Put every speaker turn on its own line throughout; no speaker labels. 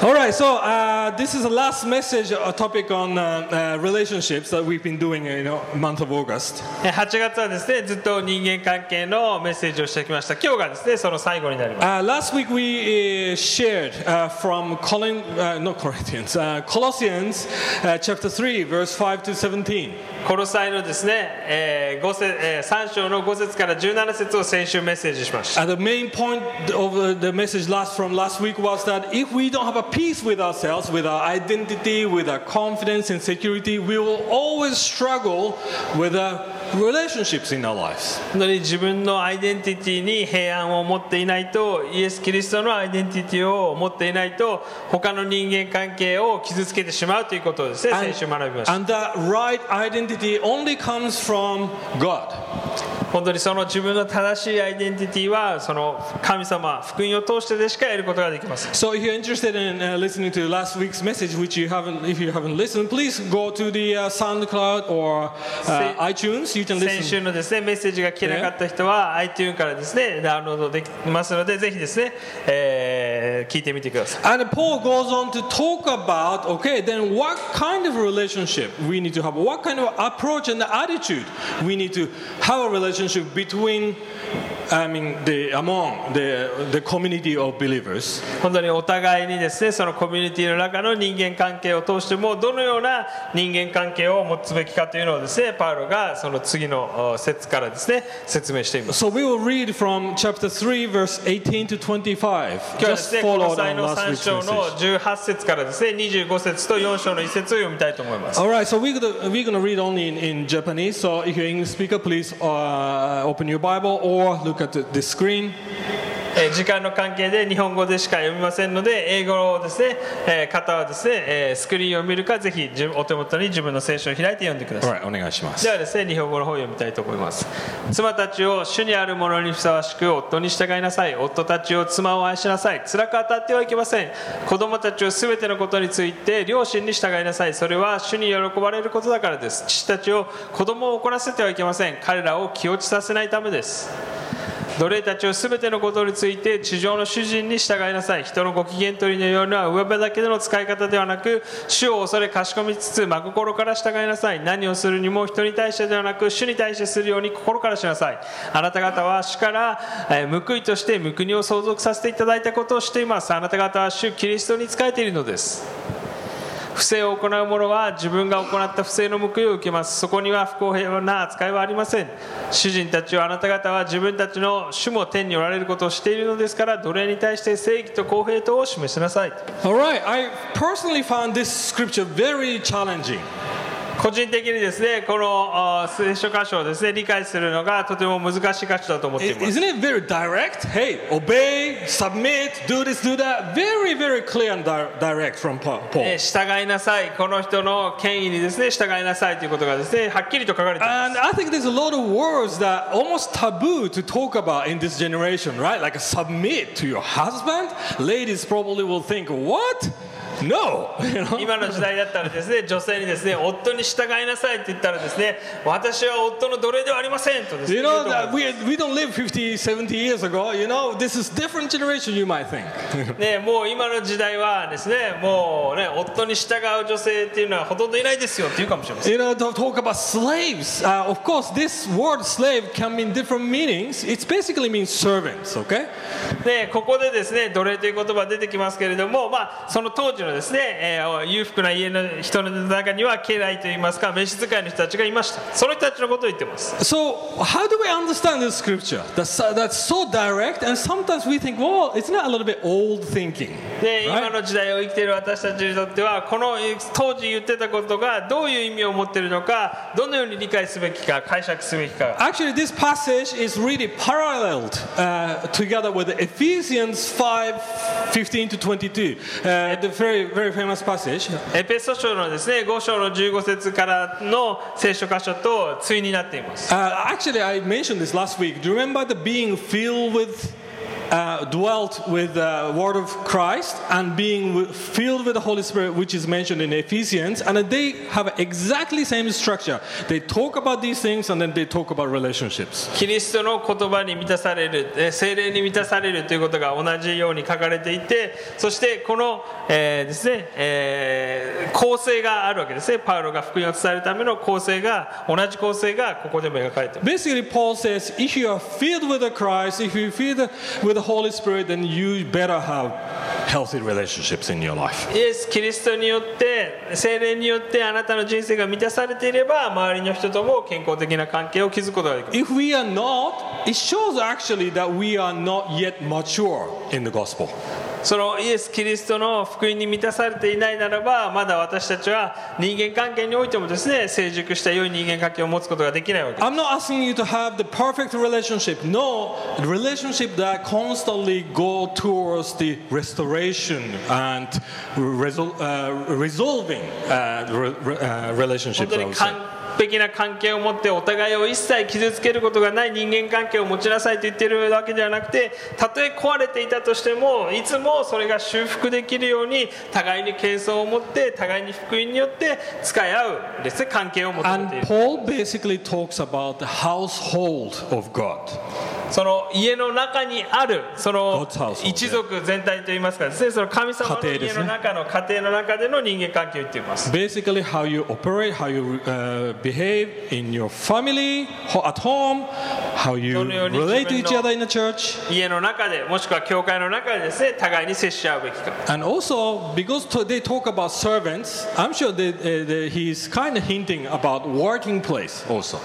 All right, so uh, this is the last message, a topic on uh, uh, relationships that we've been doing in you know, month of August.
えー8月はですねずっと人間関係のメッセージをしてきました今日がですねその最後になります
Uh, last week we uh, shared uh, from Colin, uh, not Corinthians, uh, Colossians uh, chapter 3, verse 5 to 17.
コロサイのですね、えー五節えー3章の5節から17節を先週メッセージしました
Uh, the main point of uh, the message last from last week was that if we don't have a peace with ourselves, with our identity, with our confidence and security, we will always struggle with uh, relationships in our lives.
本当に自分のアイデンティティに平安を持っていないとイエス・キリストのアイデンティティを持っていないと他の人間関係を傷つけてしまうということをですね
And,
先週学びました
and that right identity only comes from God.
本当にその自分の正しいアイデンティティはその神様福音を通してでしか得ることができません
So if you're interested in uh, listening to last week's message, which you haven't, if you haven't listened, please go to the uh, SoundCloud or uh,
Se-
iTunes. You can
先
listen.
週のですねメッセージが聞けなかった人は iTune からですねダウンロードできますのでぜひですね、えー聞いてみてください
And Paul goes on to talk about okay, then what kind of relationship we need to have, what kind of approach and attitude we need to have a relationship between, I mean, the among the the community of believers.
本当にお互いにですねそのコミュニティの中の人間関係を通してもどのような人間関係を持つべきかというのをですねパウロがその次のお節からですね説明しています
So we will read from chapter three, verse eighteen to twenty-five.
今日はで
Just
すねこ
followed
の
on
際の
last
3
week's
章
message.
の18節からですね25節と4章の1節を読みたいと思います
All right, so we're gonna, we're gonna read only in, in Japanese. So if you're an English speaker, please uh, open your Bible or look at the, the screen.
えー時間の関係で日本語でしか読みませんので英語をですね、えー方はですね、えースクリーンを見るかぜひ自分お手元に自分の聖書を開いて読んでください
All right, お願いします。
ではですね日本語の方を読みたいと思います妻たちを主にあるものにふさわしく夫に従いなさい夫たちを妻を愛しなさい辛く当たってはいけません子供たちを全てのことについて両親に従いなさいそれは主に喜ばれることだからです父たちを子供を怒らせてはいけません彼らを気落ちさせないためです奴隷たちを全てのことについて地上の主人に従いなさい人のご機嫌取りのような上辺だけでの使い方ではなく主を恐れかしこみつつ真心から従いなさい何をするにも人に対してではなく主に対してするように心からしなさいあなた方は主からえー報いとして御国を相続させていただいたことをしていますあなた方は主キリストに仕えているのです不正を行う者は自分が行った不正の報いを受けますそこには不公平な扱いはありません主人たちをあなた方は自分たちの主も天におられることをしているのですから奴隷に対して正義と公平等を示しなさい
All right, I personally found this scripture very challenging.
個人的にですねこのあー聖書箇所をですね理解するのがとても難しい箇所だと思ってい
I-
ます
Isn't it very direct? Hey, obey, submit, do this, do that. Very, very clear and di- direct from Pa-
え
Paul.
ー従いなさいこの人の権威にですね従いなさいということがですねはっきりと書かれています
And I think there's a lot of words that are almost taboo to talk about in this generation, right? Like submit to your husband. Ladies probably will think, what? No. You know?
今の時代だったらですね女性にですね夫に従いなさいって言ったらですね私は夫の奴隷ではありませんとですね
You
言う
know
と思い
that
ます
we, we don't live 50, 70 years ago. You know, this is different generation, you might think.
ねもう今の時代はですねもうね夫に従う女性っていうのはほとんどいないですよって言うかも しれません
You know, don't talk about slaves. Uh, of course, this word slave can mean different meanings. It basically means servants, okay?
でここでですね奴隷という言葉出てきますけれども、まあ、その当時のですね、えー裕福な家の人の中には家来といいますか召使いの人たちがいましたその人たちのことを言ってます
So, how do we understand this scripture? That's, so- that's so direct, and sometimes we think, well, isn't that a little bit old thinking?
で今
Right?
の時代を生きている私たちにとってはこのえー当時言ってたことがどういう意味を持っているのかどのように理解すべきか解釈すべきか
Actually, this passage is really paralleled uh, together with Ephesians 5 15 to 22, uh, the very, very famous passage. uh,
エペソ書のですね5章の15節からの聖書箇所と対になっています
Uh, actually, I mentioned this last week. Do you remember the being filled with uh, dwelt with the word of Christ and being wi- filled with the Holy Spirit, which is mentioned in Ephesians, and they have exactly same structure. They talk about these things and then they talk about relationships.
キリストの言葉に満たされるえー精霊に満たされるということが同じように書かれていてそしてこの、えーですねえー構成があるわけですねパウロが福音を伝えるための構成が同じ構成がここでも描かれている
Basically, Paul says, if you are filled with the Christ, if you're filled with the Holy Spirit, then you better have healthy relationships in your life.
イエス・キリストによって精霊によってあなたの人生が満たされていれば周りの人とも健康的な関係を築くことができる
If we are not, it shows actually that we are not yet mature in the gospel.
そのイエス・キリストの福音に満たされていないならばまだ私たちは人間関係においてもですね成熟した良い人間関係を持つことができないわけです
I'm not asking you to have the perfect relationship. No, the relationship that constantly go towards the restoration and resol- uh, resolving uh, re- re- uh,
本
relationships.
当
I
に
would say.
完璧な関係を持ってお互いを一切傷つけることがない人間関係を持ちなさいと言っているわけではなくてたとえ壊れていたとしてもいつもそれが修復できるように互いに謙遜を持って互いに福音によって使い合うですね関係を求めてい
And
る
Paul basically talks about the household of God.
その家の中にあるその
God's household
一族全体といいますかですねその神様の
家庭で
家
すね
の中の家庭の中での人間関係を言っています
Basically, how you operate, how you uh, behave in your family, ho- at home, how you
どのように
relate to each
自分の-
other in the church.
家の中でもしくは教会の中でですね互いに接し合うべきか
And also, because to- they talk about servants, I'm sure that, uh, that he's kind of hinting about working place also.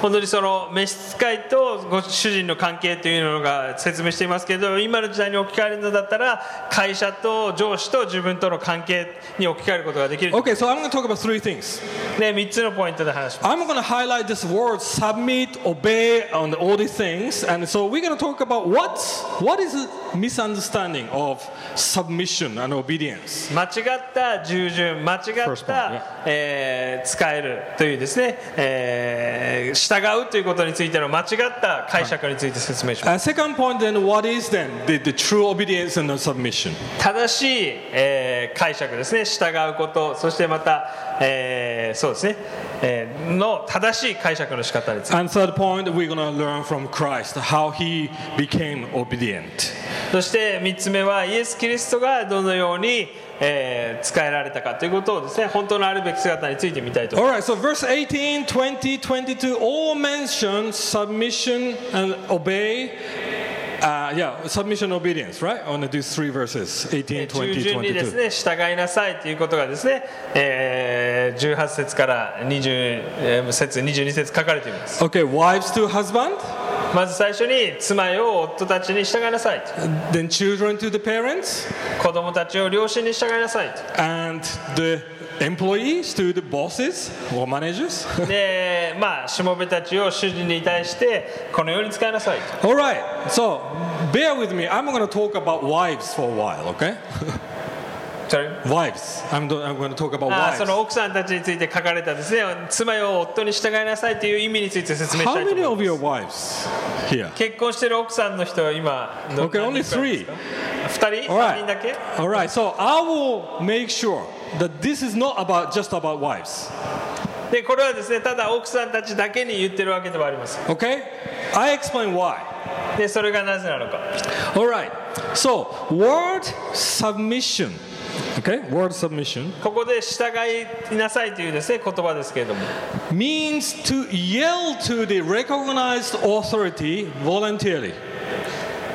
本当にその召使いとご主人の関係というのが説明していますけれど今の時代に置き換えるのだったら会社と上司と自分との関係に置き換えることができる、ね、
Okay, so I'm going to talk about three things.
3つのポイントで話します
I'm going to highlight this word submit, obey, and all these things. And so we're going to talk about what, what is the misunderstanding of submission and obedience.
間違った従順間違った
First one, yeah.
えー使えるというですね、えー従うということについての間違った解釈について説明します
Uh, second point, then, what is then the, the true obedience and the submission?
正しい、えー解釈ですね従うことそしてまた、えーそうですね、えーの正しい解釈の仕方について
And third point, we're going to learn from Christ how he became obedient.
そして3つ目はイエス・キリストがどのように、えー使えられたかということをですね本当のあるべき姿についてみたいと思い
All right, so verse 18, 20, 22 all mention submission and obey. Uh, yeah, submission obedience, right? On these three verses 18,
ます従
20,
順にです
22.
ね従いなさいということがですね、えー18節から20節22節書かれています
Okay, wives to husband,
まず最初に妻よ夫たちに従いなさいと
then children to the parents,
子供たちを両親に従いなさいと
and the employees to the bosses or managers.
でまあしもべたちを主人に対してこのように使いなさいと
All right, so bear with me. I'm going to talk about wives for a while, okay?
それ
Wives. I'm, do- I'm going to talk about
あー
wives.
その奥さんたちについて書かれたですね妻よ夫に従いなさいという意味について説明した
How
いと
many
思い
of
ます
your wives here?
結婚してる奥さんの人は今
Okay,
何
only
人くらいですか2人
All
3人だけ
right. All right. So I will make sure that this is not about just about wives.
でこれはですねただ奥さんたちだけに言ってるわけではありません
Okay? I explain why.
でそれがなぜなのか
All right. So word submission. Okay? Word submission
ここで従いなさいというですね言葉ですけれども
means to yell to the recognized authority voluntarily.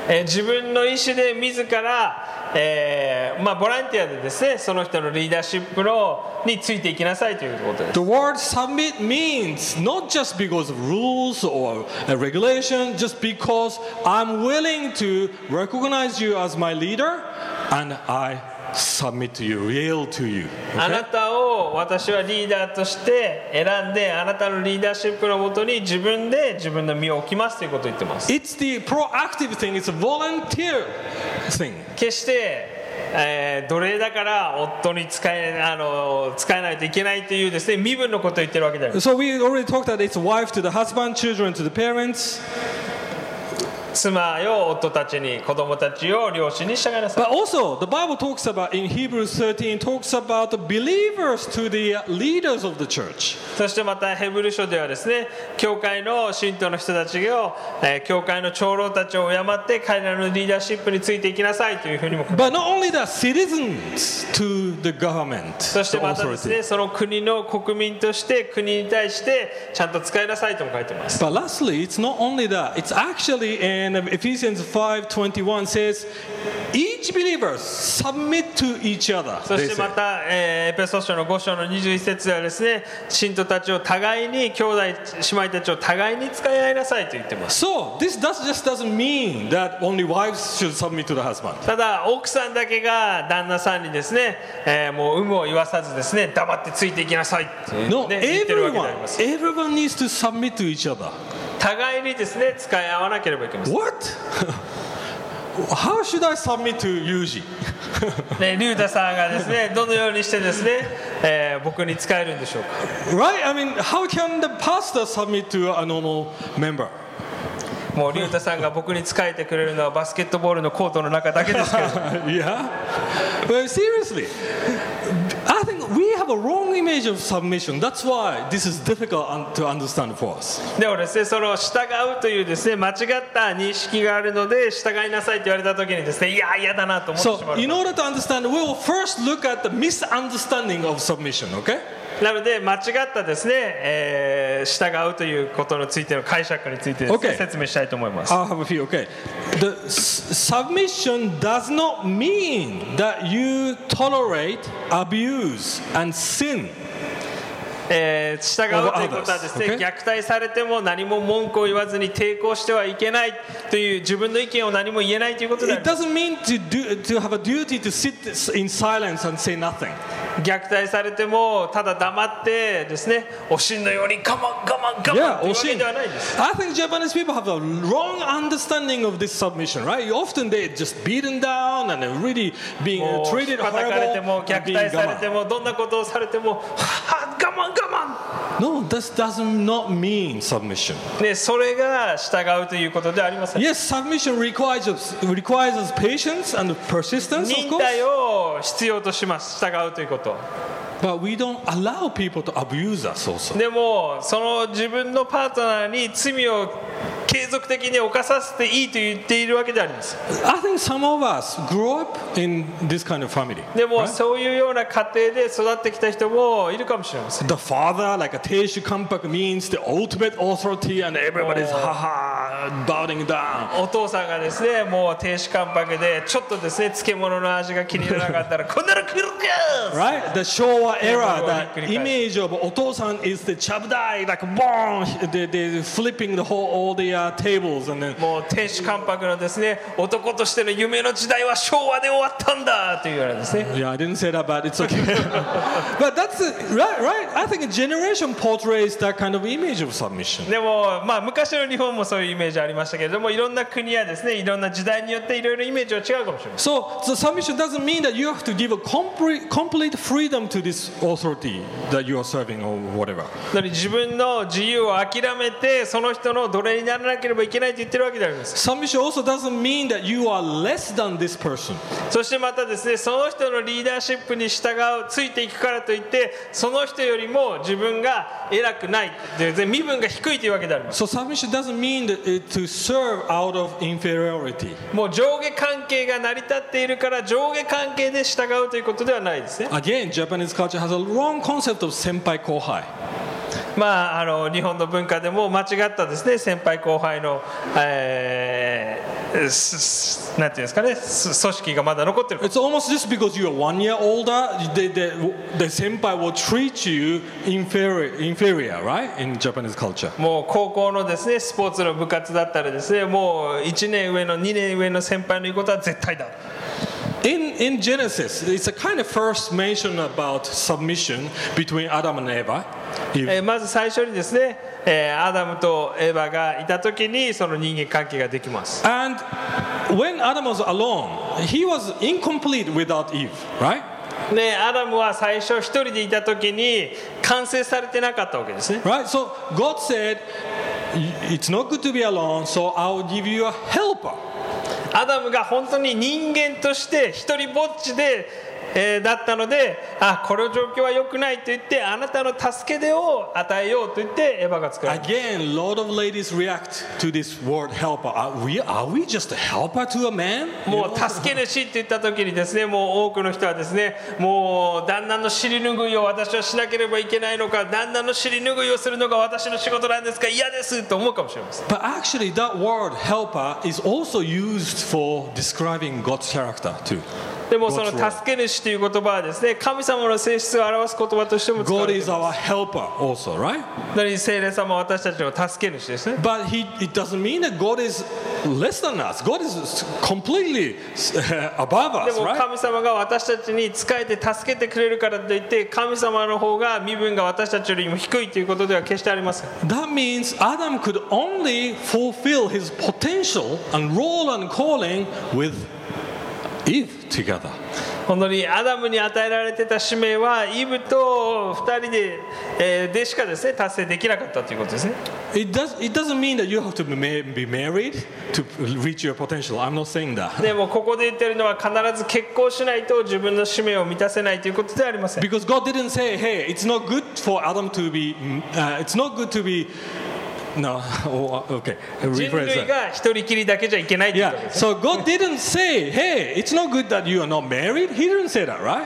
えー自分の意思で自ら、えーまあ、ボランティアでですねその人のリーダーシップのについていきなさいということです
The word submit means not just because of rules or a regulation, just because I'm willing to recognize you as my leader and I submit to you, yield to you.
あなたを私はリーダーとして選んであなたのリーダーシップのもとに自分で自分の身を置きますということを言ってます
It's the proactive thing, it's a volunteer thing.
決してえー奴隷だから夫に使えあの使えないといけないというですね身分のことを言ってるわけでありま
So we already talked that it's wife to the husband, children to the parents.
妻よ夫たちに子供たちよ両親に従いなさい
But also, the Bible talks about in Hebrews 13 talks about the believers to the uh, leaders of the church.
そしてまたヘブル書ではですね教会の信徒の人たちを、えー教会の長老たちを敬って彼らのリーダーシップについていきなさいというふうにも
But not only that, citizens to the government,
そして
the
またですね
authority.
その国の国民として国に対してちゃんと使いなさいとも書いてます
But lastly, it's not only that. It's actually in Ephesians 5:21 says, each believer submit to each other.
そ
they
してま
say.
た、えーエペソ書の5章の21節ではですね信徒たちを互いに兄弟姉妹たちを互いに使い合いなさいと言ってます
So this does, just doesn't mean that only wives should submit to the husband.
ただ奥さんだけが旦那さんにですね、えーもう有無を言わさずですね黙ってついていきなさいって、ね
No,
言ってるわけ
everyone,
であります
everyone needs to submit to each other.
互いにですね使い合わなければいけません
What? How should I submit to Yuji?
ね龍太さんがです ねどのようにしてですね、えー僕に使えるんでしょうか
Right? I mean, how can the pastor submit to a normal member?
もう龍太さんが僕に使えてくれるのはバスケットボールのコートの中だけですけ ど
yeah? Well, seriously, I think we have a wrong image of submission. That's why this is difficult un- to understand for us.
でもですねその従うというですね間違った認識があるので従いなさいと言われた時にですねいや嫌だなと思ってし
So,
まう
in order to understand, we will first look at the misunderstanding of submission, okay?
なので間違ったですね、えー従うということについての解釈についてですね、
Okay.
説明したいと思います
I have a few. Okay, the s- submission does not mean that you tolerate abuse and sin.
えー従うということはですね、
Over others. Okay.
虐待されても何も文句を言わずに抵抗してはいけないという自分の意見を何も言えないということであ
It
ります
doesn't mean to do to have a duty to sit s- in silence and say nothing.
虐待されてもただ黙ってですねおしんのように我慢我慢我慢というわけではないんです
I think Japanese people have a wrong understanding of this submission, right? Often they just beaten down and they're really being
も
uh,
う引
treated
っ叩かれても
horrible.
虐
and being
待され
gaman.
てもどんなことをされてもはは我慢我
No, this does not mean submission.
慢、ね、それが従うということではありません
Yes, submission requires us, requires us patience and persistence, of
忍
course.
耐を必要とします従うということ
But we don't allow people to abuse us also.
でもその自分のパートナーに罪を継続的に犯させていいと言っているわけであります
I think some of us grow up in this kind of family.
でもそういうような家庭で育ってきた人もいるかもしれません
The father, like a Teishu Kampak, means the ultimate authority, and everybody's haha bowing down.
お父さんがですねもう亭主関白でちょっとですね漬物の味が気に入らなかったらこんなの食えるか
Right? The Showa era,
Yeah,
that
yeah, yeah.
image of Otosan is the chabdai, like boom, they, they're flipping the whole, all the uh, tables, and then
もう天守関白のですね男としての夢の時代は昭和で終わったんだというようなですね
Yeah, I didn't say that, but it's okay. but that's the- right, right. I think a generation portrays that kind of image of submission.
でもまあ昔の日本もそういうイメージありましたけれどもいろんな国やですねいろんな時代によっていろいろイメージは違うかもしれません
So, so submission doesn't mean that you have to give a compre- complete freedom to this authority that you are serving or whatever.
なので自分の自由を諦めてその人の奴隷にならなければいけないと言ってるわけであります
Submission also doesn't mean that you are less than this person.
そしてまたですねその人のリーダーシップに従うついていくからといってその人よりも自分が偉くないでで身分が低いというわけであります
So submission doesn't mean that it, to serve out of inferiority.
もう上下関係が成り立っているから上下関係で従うということではないですね
Again, Japanese culture has a wrong concept of senpai kohai.
まああの日本の文化でも間違ったですね先輩後輩の、えーすすなんていうんですかねす組織がまだ残ってる
It's almost just because you are one year older, the, the, the senpai will treat you inferior, inferior, right? In Japanese culture.
もう高校のですねスポーツの部活だったらですねもう1年上の2年上の先輩の言うことは絶対だ
In, in Genesis, it's a kind of first mention about submission between Adam and Eva. Eve.
えーまず最初にですね、えーアダムとエヴァがいた時にその人間関係ができます
And when Adam was alone, he was incomplete without Eve, right?
でアダムは最初一人でいた時に完成されてなかったわけですね
Right? So God said, It's not good to be alone, so I'll give you a helper.
アダムが本当に人間として一人ぼっちで、えーだったのであこの状況は良くないと言ってあなたの助け出を与えようと言ってエヴァが作られた
Again, a lot of ladies react to this word helper. Are we, are we just a helper to a man?
もう助け主って言った時にですねもう多くの人はですねもう旦那の尻拭いを私はしなければいけないのか旦那の尻拭いをするのが私の仕事なんですか嫌ですと思うかもしれません
But actually, that word helper is also used for describing God's character too.
でもその
God's role.
助け主という言葉はですね神様の性質を表す言葉としても使わ
God
れてい
is
ます
our helper also, right?
本当に聖霊様は私たちの助け主ですね
But he, it doesn't mean that God is less than us. God is completely uh, above
で
us,
も
right?
神様が私たちに仕えて助けてくれるからといって神様の方が身分が私たちよりも低いということでは決してありません
That means Adam could only fulfill his potential and role and calling with Eve together.
本当にアダムに与えられてた使命はイブと2人で,、えーでしかですね達成できなかったということですね
It, does, it doesn't mean that you have to be ma- be married to reach your potential. I'm not saying that.
でもここで言ってるのは必ず結婚しないと自分の使命を満たせないということではありません
Because God didn't say, hey, it's not good for Adam to be, mm, uh, it's not good to be, no, oh, okay,
人
rephrase
類
that.
が一人きりだけじゃいけないということ
Yeah,
です
so God didn't say, hey, it's not good that you are not married. He didn't say that, right?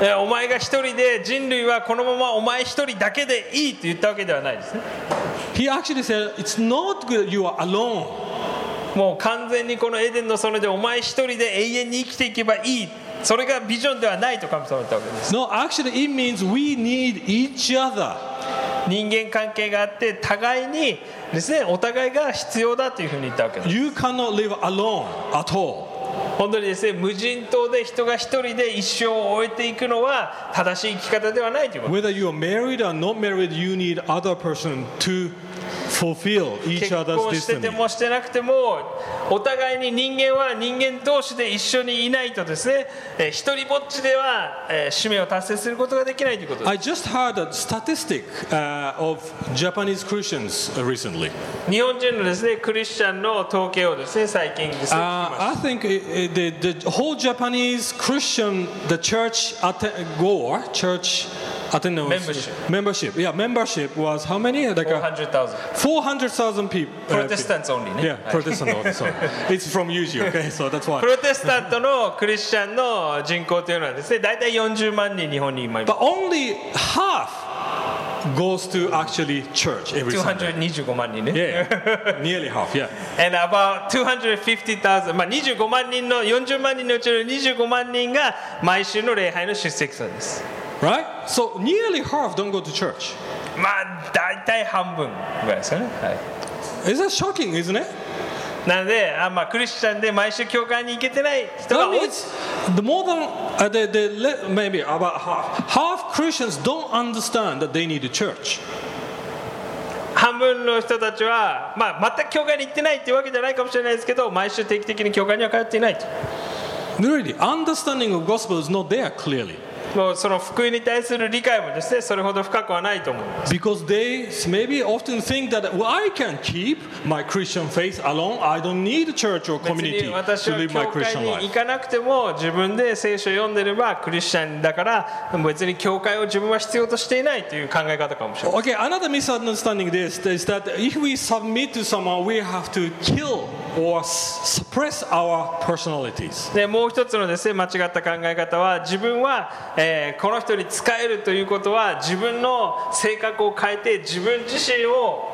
えーお前が一人で人類はこのままお前一人だけでいいと言ったわけではないですね
He actually said, it's not good that you are alone.
もう完全にこのエデンの園でお前一人で永遠に生きていけばいいそれがビジョンではないと神様は言ったわけです
No, actually, it means we need each other.
人間関係があって互いにですねお互いが必要だというふうに言ったわけです
You cannot live alone at all.
本当にですね無人島で人が一人で一生を終えていくのは正しい生き方ではないということ
Whether you are married or not married, you need other person to fulfill each
結
other's
婚してて
destiny.
もしてなくてもお互いに人間は人間同士で一緒にいないとですね、えー一人ぼっちでは、えー使命を達成することができないということです
I just heard a statistic uh, of Japanese Christians uh, recently.
日本人のですねクリスチャンの統計をですね最近ですね聞きまし
Uh, I think uh, uh, the, the whole Japanese Christian, the church atte- goer, church attendance
Membership.
membership, yeah, membership was how many? Like uh,
た
a 400,000
400,000
people.
プロテスタントオンリーね、
uh, Yeah,
はい
Protestant. only, sorry. it's from Yuji, okay, so that's
プ
why.
ロテスタントのクリスチャンの人口というのはですね大体40万人日本に今いま
But only half goes to actually church every
す
Sunday.
225万人ね、
Yeah, nearly half, yeah.
And about 250,000、まあ、25万人の40万人のうちの25万人が毎週の礼拝の出席者です
Right? So nearly half don't go to church.
まあ大体半分ぐらいですかね、はい、
Is that shocking, isn't it?
なのであ、まあ、クリスチャンで毎週教会に行けてない人が
That
多いです
means the more than uh, the, the le- maybe about half half Christians don't understand that they need a church.
半分の人たちは、まあ、全く教会に行ってないっていうわけじゃないかもしれないですけど毎週定期的に教会には通っていないと
Really, understanding of gospel is not there clearly
もうその福音に対する理解もですねそれほど深くはないと思います
because they maybe often think that well, I can keep my Christian faith alone. I don't need a church or
別
community
に私
to
は
live my
教会
Christian
に行
life.
かなくても自分で聖書を読んでればクリスチャンだから別に教会を自分は必要としていないという考え方かもしれない
Okay, another misunderstanding this is that if we submit to someone, we have to kill or s- suppress our personalities.
でもう一つのですね間違った考え方は自分は、えーこの人に仕えるということは自分の性格を変えて自分自身を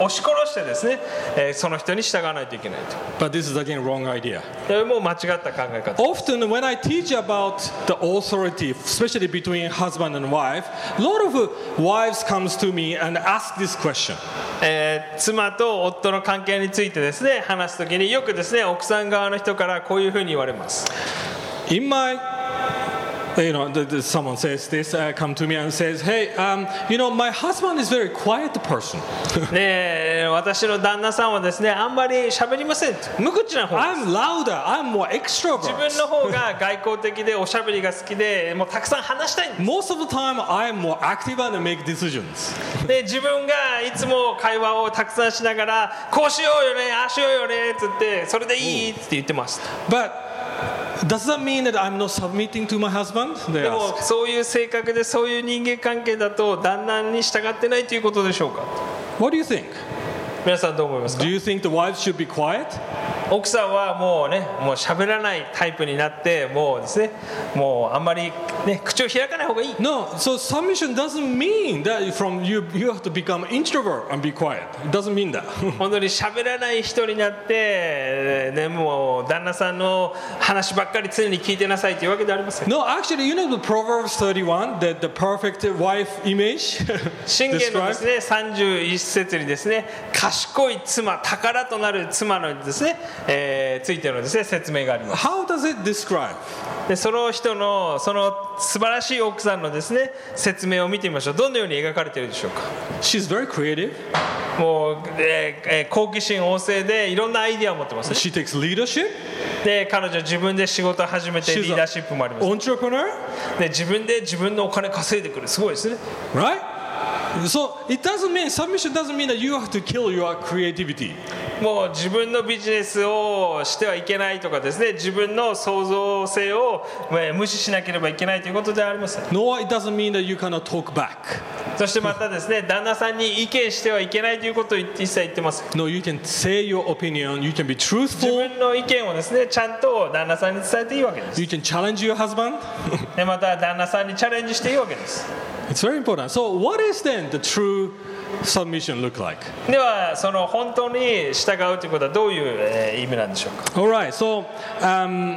うん押し殺してですね、えーその人に従わないといけない
But this is again wrong idea.
とでもう間違った考え方
Often, when I teach about the authority, especially between husband and wife, a lot of uh, wives comes to me and ask this question.
えー妻と夫の関係についてですね話す時によくですね奥さん側の人からこういうふうに言われます
In my uh, you know, th- th- someone says this, uh, come to me and says, hey, um, you know, my husband is very quiet person.
で私の旦那さんはですねあんまり喋りませんと無口な方
I'm louder. I'm more
自
extrovert.
分の方が外交的でおしゃべりが好きでもうたくさん話したいんで
Most of the time, I'm more active and I make decisions.
すで自分がいつも会話をたくさんしながらこうしようよねああしようよねっつってそれでいいって言ってました
But does that mean that I'm not submitting to my husband? They
で
ask.
もそういう性格でそういう人間関係だと旦那に従ってないということでしょうか
What do you think?
皆さんどう思いますか
Do you think the wife should be quiet?
奥さんはもうねもう喋らないタイプになってもうですねもうあんまり、ね、口を開かない方が いい
No. So submission doesn't mean that from you you have to become introvert and be quiet. It doesn't mean that.
本当に喋らない人になって、ね、もう旦那さんの話ばっかり常に聞いてなさいというわけではありません
no, actually, you know the Proverbs 31 that the perfect wife image
信玄のですね31節にですね賢い妻宝となる妻のですね、えーついてのですね説明があります
How does it describe?
でその人のその素晴らしい奥さんのですね説明を見てみましょうどのように描かれているでしょうか
She's very creative.
もう、えーえー好奇心旺盛でいろんなアイディアを持ってますね
She takes leadership.
で彼女は自分で仕事を始めて
She's a-
リーダーシップもあります
Entrepreneur,
で自分で自分のお金稼いでくるすごいですね
right? So it doesn't mean submission doesn't mean that you have to kill your creativity.
もう自分のビジネスをしてはいけないとかですね自分の創造性をえー無視しなければいけないということではありません
Nor it doesn't mean that you cannot talk back.
そしてまたですね旦那さんに意見してはいけないということを一切言ってません
No, you can say your opinion. You can be
自
truthful.
分の意見をですねちゃんと旦那さんに伝えていいわけです
You can challenge your husband.
でまた旦那さんにチャレンジしていいわけです
It's very important. So, what is then the true submission look like?
ではその本当に従うということはどういうえー意味なんでしょうか
All right. So, um,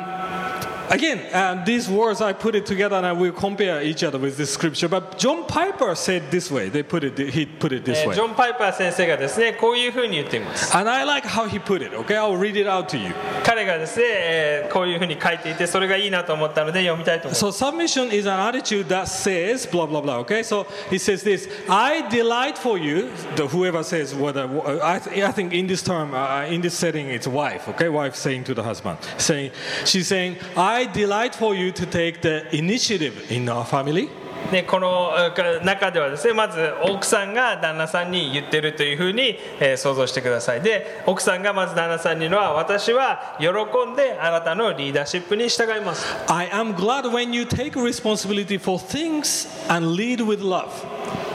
again, um, these words I put it together and I will compare each other with this scripture. But John Piper said this way. They put it. He put it
え
this
ー
way.
ジョン・パイパー先生がですねこういうふうに言っています
And I like how he put it. Okay, I'll read it out to you.
彼がですねえーこういうふうに書いていてそれがいいなと思ったので読みたいと思います
So submission is an attitude that says blah blah blah. Okay, so he says this: I delight for you. The, whoever says whether uh, I, th- I think in this term, uh, in this setting, it's wife. Okay, wife saying to the husband, saying she's saying, I delight for you to take the initiative in our family.
ね、このえー中ではですねまず奥さんが旦那さんに言ってるというふうに、えー想像してくださいで奥さんがまず旦那さんに言うのは私は喜んであなたのリーダーシップに従います
I am glad when you take responsibility for things and lead with love.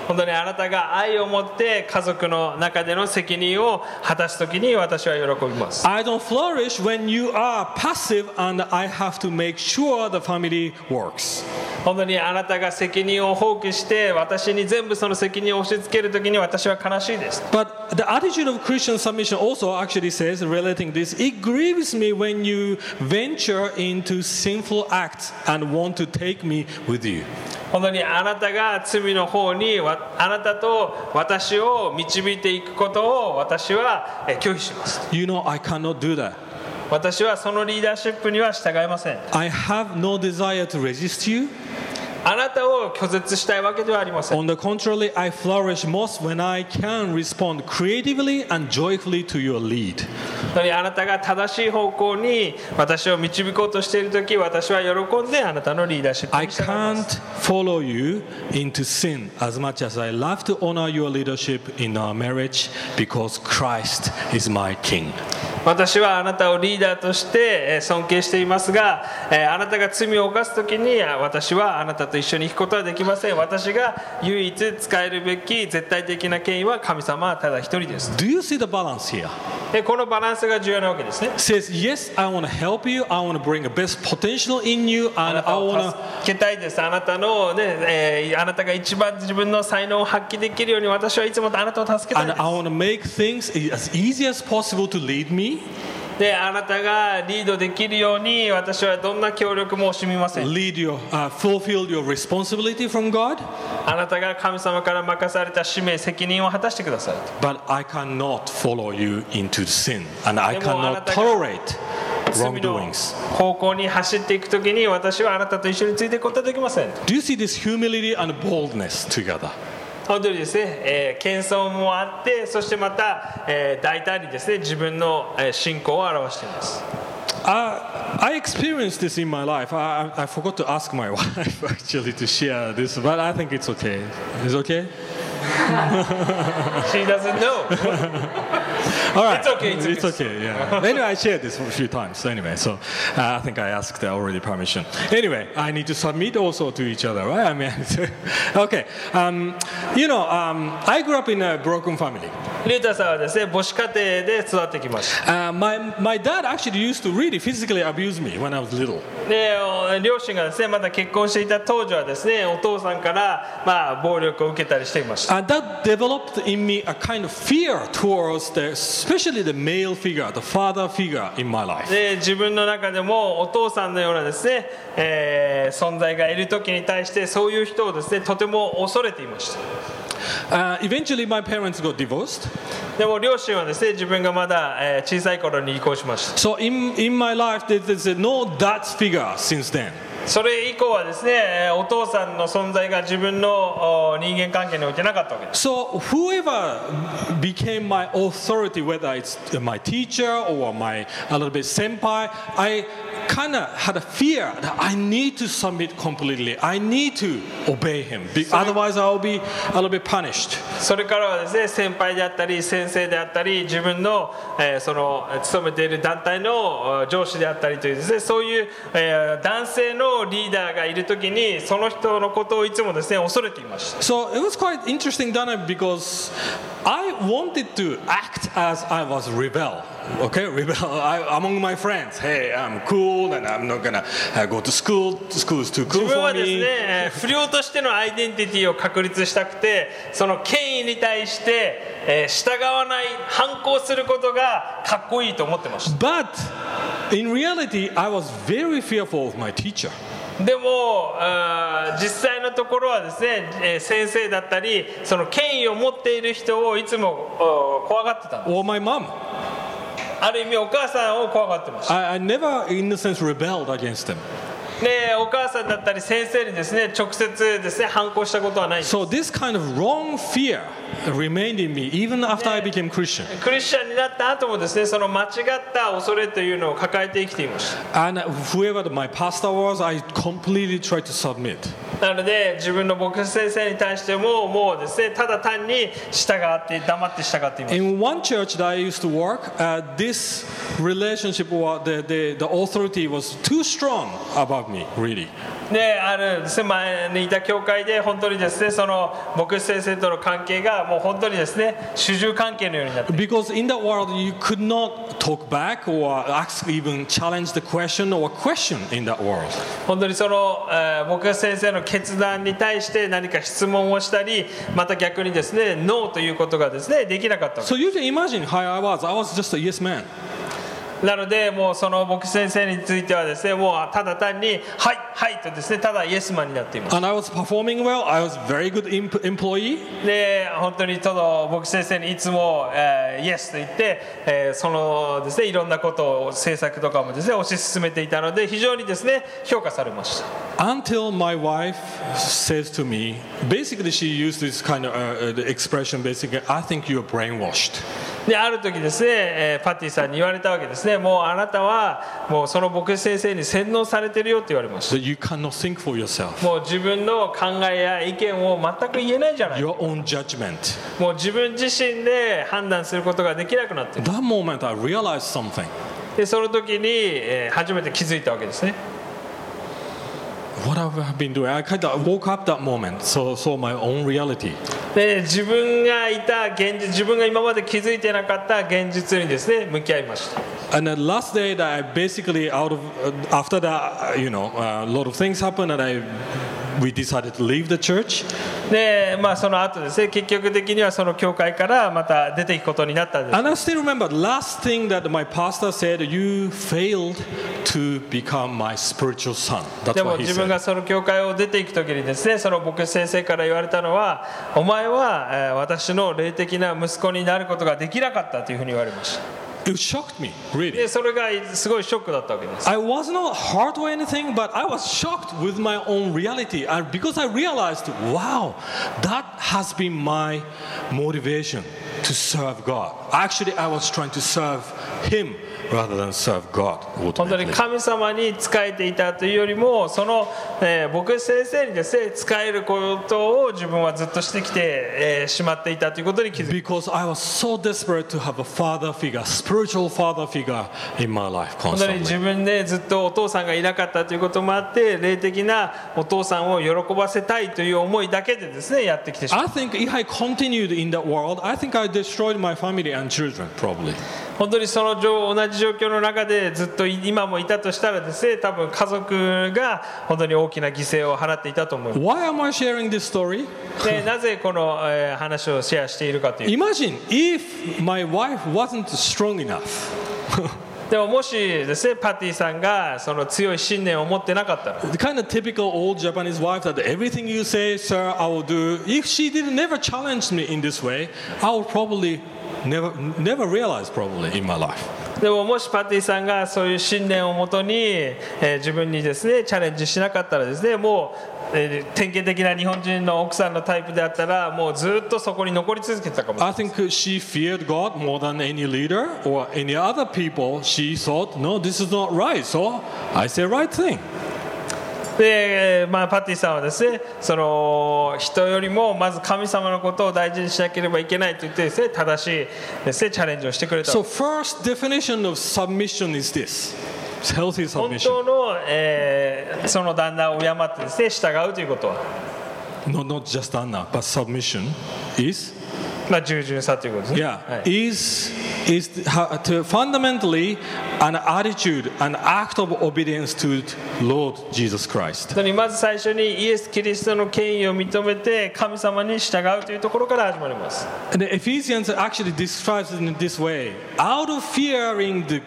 本当にあなたが愛を持って家族の中での責任を果たす時に私は喜びます
I don't flourish when you are passive and I have to make sure the family works.
本当にあなたが責任を放棄して私に全部その責任を押し付ける時に私は悲しいです
But the attitude of Christian submission also actually says, relating this, it grieves me when you venture into sinful acts and want to take me with you.
本当にあなたが罪の方にわあなたと私を導いていくことを私はえー拒否します
You know, I cannot do that.
私はそのリーダーシップには従いません
I have no desire to resist you.
あなたを拒絶したいわけではありません
On the contrary, I flourish most when I can respond creatively and joyfully to your lead.
本当にあなたが正しい方向に私を導こうとしている時私は喜んであなたのリーダーシップ
I
に従いま
can't
す
follow you into sin as much as I love to honor your leadership in our marriage because Christ is my king.
私はあなたをリーダーとしてえー尊敬していますがえーあなたが罪を犯す時にあ私はあなたと一緒に行くことはできません私が唯一使えるべき絶対的な権威は神様はただ一人です
Do you see the balance here?
でこのバランスが重要なわけですね
It says, yes, I want to help you. I want to bring the best potential in you. And
あな
I
たを
want
助
to...
けたいですあなたのね、えーあなたが一番自分の才能を発揮できるように私はいつもあなたを助けたい
And
です
I want to make things e, as easy as possible to lead me,
であなたがリードできるように私はどんな協力も惜しみません
lead your, uh, fulfill your responsibility from God.
あなたが神様から任された使命責任を果たしてください
But I cannot follow you into sin, and I
Demo
cannot
anata-
tolerate
罪の
wrongdoings.
方向に走っていくときに私はあなたと一緒についていくことはできません
Do you see this humility and boldness together?
本当にですね、えー謙遜もあってそしてまた、えー大胆にですね自分のえー信仰を表しています
I, I experienced this in my life. I, I, I forgot to ask my wife actually to share this, but I think it's okay. It's okay?
She doesn't know
All right.
It's okay, it's
It's okay. Yeah. anyway, I shared this a few times. Anyway, so uh, I think I asked already permission. Anyway, I need to submit also to each other, right? I mean, okay. Um, you know, um, I grew up in a broken family.
リュータさんはですね母子家庭で育ってきまし
Uh, my, my dad actually used to really physically abuse me when I was little.
たでお両親がですねまだ結婚していた当時はですねお父さんから、まあ、暴力を受けたりしていました
And that developed in me a kind of fear towards the, especially the male figure, the father figure in my life.
で自分の中でもお父さんのようなですね、えー存在がいる時に対してそういう人をですねとても恐れていました
Uh, eventually, my parents got divorced.
でも両親はですね自分がまだ、えー小さい頃に移行しました
So in, in my life, there- there's no that figure since then.
それ以降はですねえーお父さんの存在が自分のお人間関係においてなかったわけです
So whoever became my authority, whether it's my teacher or my a little bit senpai, I kind of had a fear that I need to submit completely. I need to obey him. Be- Otherwise, I'll be a little bit punished.
それからはですね先輩であったり先生であったり自分の,、えーそのえー勤めている団体のお上司であったりというですねそういう、えー男性のリーダーがいる時にその人のことをいつもですね恐れていました
So it was quite interesting dynamic because I wanted to act as I was rebel. Okay, rebel I, among my friends. Hey, I'm cool and I'm not gonna uh, go to school. School is too
自
cool
分
for
はですね
me.
えー不良としてのアイデンティティを確立したくてその権威に対して、えー従わない反抗することがかっこいいと思ってまし
But in reality, I was very fearful of my teacher.
たでもあー実際のところはですね、えー先生だったりその権威を持っている人をいつもお怖がってたの
Or my mom.
ある意味お母さんを怖がってました
I, I never, in a sense, rebelled against them.
でお母さんだったり先生にですね直接ですね反抗したことはない
So this kind of wrong fear remained in me even after I became Christian.
クリスチャンになった後もですねその間違った恐れというのを抱えて生きていました
And whoever my pastor was, I completely tried to submit.
なので自分の牧師先生に対してももうですねただ単に従って黙って従っています
In one church that I used to work, uh, this relationship, wa- the, the, the authority was too strong above me, really.
であるですね前にいた教会で本当にですねその牧師先生との関係がもう本当にですね主従関係のようになって
Because in that world, you could not talk back or ask, even challenge the question or question in that world.
本当にその、えー牧師先生の決断に対して何か質問をしたりまた逆にですねノーということがですねできなかったわけ
So you can imagine how I was. I was just a yes man.
なのでもうその牧師先生についてはですねもうただ単に「はいはい」とですねただイエスマンになっています
And I was performing well. I was very good imp- employee.
で本当にただ牧師先生にいつも、えーイエスと言って、えーそのですねいろんなことを政策とかもですね推し進めていたので非常にですね評価されました
Until my wife says to me, basically she used this kind of uh, uh, the expression, basically, I think you're brainwashed.
である時ですね、えーパティさんに言われたわけですねもうあなたはもうその牧師先生に洗脳されてるよって言われまし
That you cannot think for yourself.
たもう自分の考えや意見を全く言えないじゃない
your own judgment.
もう自分自身で判断することができなくなってる
That moment I realized something.
でその時に、えー初めて気づいたわけですね
What have I been doing? I kind of woke up that moment, so saw my own reality.
で自分がいた現実自分が今まで気づいてなかった現実にですね向き合いました
And the last day that I basically out of uh, after that, uh, you know, uh, a lot of things happened, and I we decided to leave the church.
でまあその後ですね結局的にはその教会からまた出ていくことになったんです
And I still remember the last thing that my pastor said: "You failed to become my spiritual son." That's
でも
what he
自分
said.
がその教会を出ていく時にですねその牧師先生から言われたのはお前はえー私の霊的な息子になることができなかったというふうに言われました
It shocked me, really.
でそれがすごいショックだったわけです
I was not hurt or anything, but I was shocked with my own reality. And because I realized, wow, that has been my motivation to serve God. Actually, I was trying to serve Him rather than serve God.
本当に
ultimately.
神様に仕えていたというよりもその、えー牧師先生にですね仕えることを自分はずっとしてきて、えーしまっていたということに気づき
Because I was so desperate to have a father figure, spiritual father figure in my life
本当に
constantly.
自分でずっとお父さんがいなかったということもあって霊的なお父さんを喜ばせたいという思いだけでですねやってきてしまう
I think if I continued in that world, I think I destroyed my family and children, probably.
本当にその状同じ状況の中でずっと今もいたとしたらですね多分家族が本当に大きな犠牲を払っていたと思う
Why am I sharing this story?
でなぜこの、えー話をシェアしているかというと
Imagine if my wife wasn't strong enough.
でももしですねパティさんがその強い信念を持ってなかったら
The kind of typical old Japanese wife that everything you say, sir, I will do. If she did never challenge me in this way, I would probably never never realize probably in my life.
でももしパティさんがそういう信念をもとに、えー自分にですねチャレンジしなかったらですねもう、えー典型的な日本人の奥さんのタイプであったらもうずっとそこに残り続けてたかもしれない
I think she feared God more than any leader or any other people. She thought, no, this is not right. So I say right thing.
で、えーまあ、パティさんはですねその人よりもまず神様のことを大事にしなければいけないと言ってですね正しいですねチャレンジをしてくれた
So first definition of submission is this. It's healthy
本
submission.
当の、えーその旦那を敬ってですね従うということは
No, not just Anna, but submission is
まあ、従順さということですね。
Yeah,
はい
is is the- ha- to fundamentally an attitude, an act of obedience to Lord Jesus Christ.
本当にまず最初にイエス・キリストの権威を認めて神様に従うというところから始まります。
And the Ephesians actually describes it in this way: out of fearing the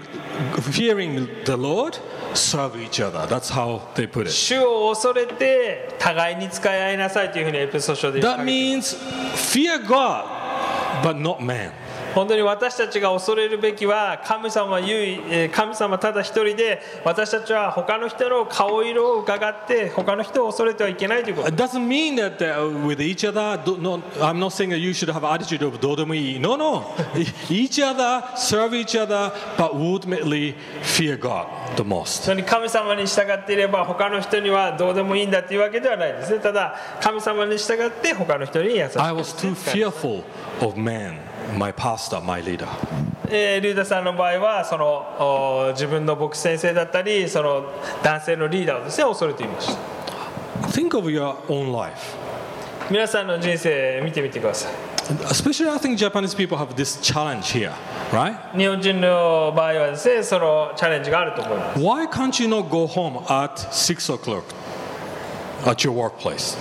fearing the Lord, serve each other. That's how they put it.
主を恐れて互いに使い合いなさいというふうにエペソ書で言う
That means fear God, but not man.
本当に私たちが恐れるべきは神様唯一えー神様ただ一人で私たちは他の人の顔色を伺って他の人を恐れてはいけないということ
It doesn't mean that uh, with each other. Do, no, I'm not saying that you should have attitude of dodomi. No, no. each other serve each other, but ultimately fear God the most.
本当に神様に従っていれば他の人にはどうでもいいんだというわけではないですねただ神様に従って他の人に優しく
I was too fearful of man, my pastor, my leader.
えー、リュウダさんの場合はそのお自分の牧師先生だったりその男性のリーダーをですね恐れていました
Think of your own life.
皆さんの人生見てみてください
Especially, I think Japanese people have this challenge here, right?
日本人の場合はですねそのチャレンジがあると思います
Why can't you not go home at six o'clock at your workplace?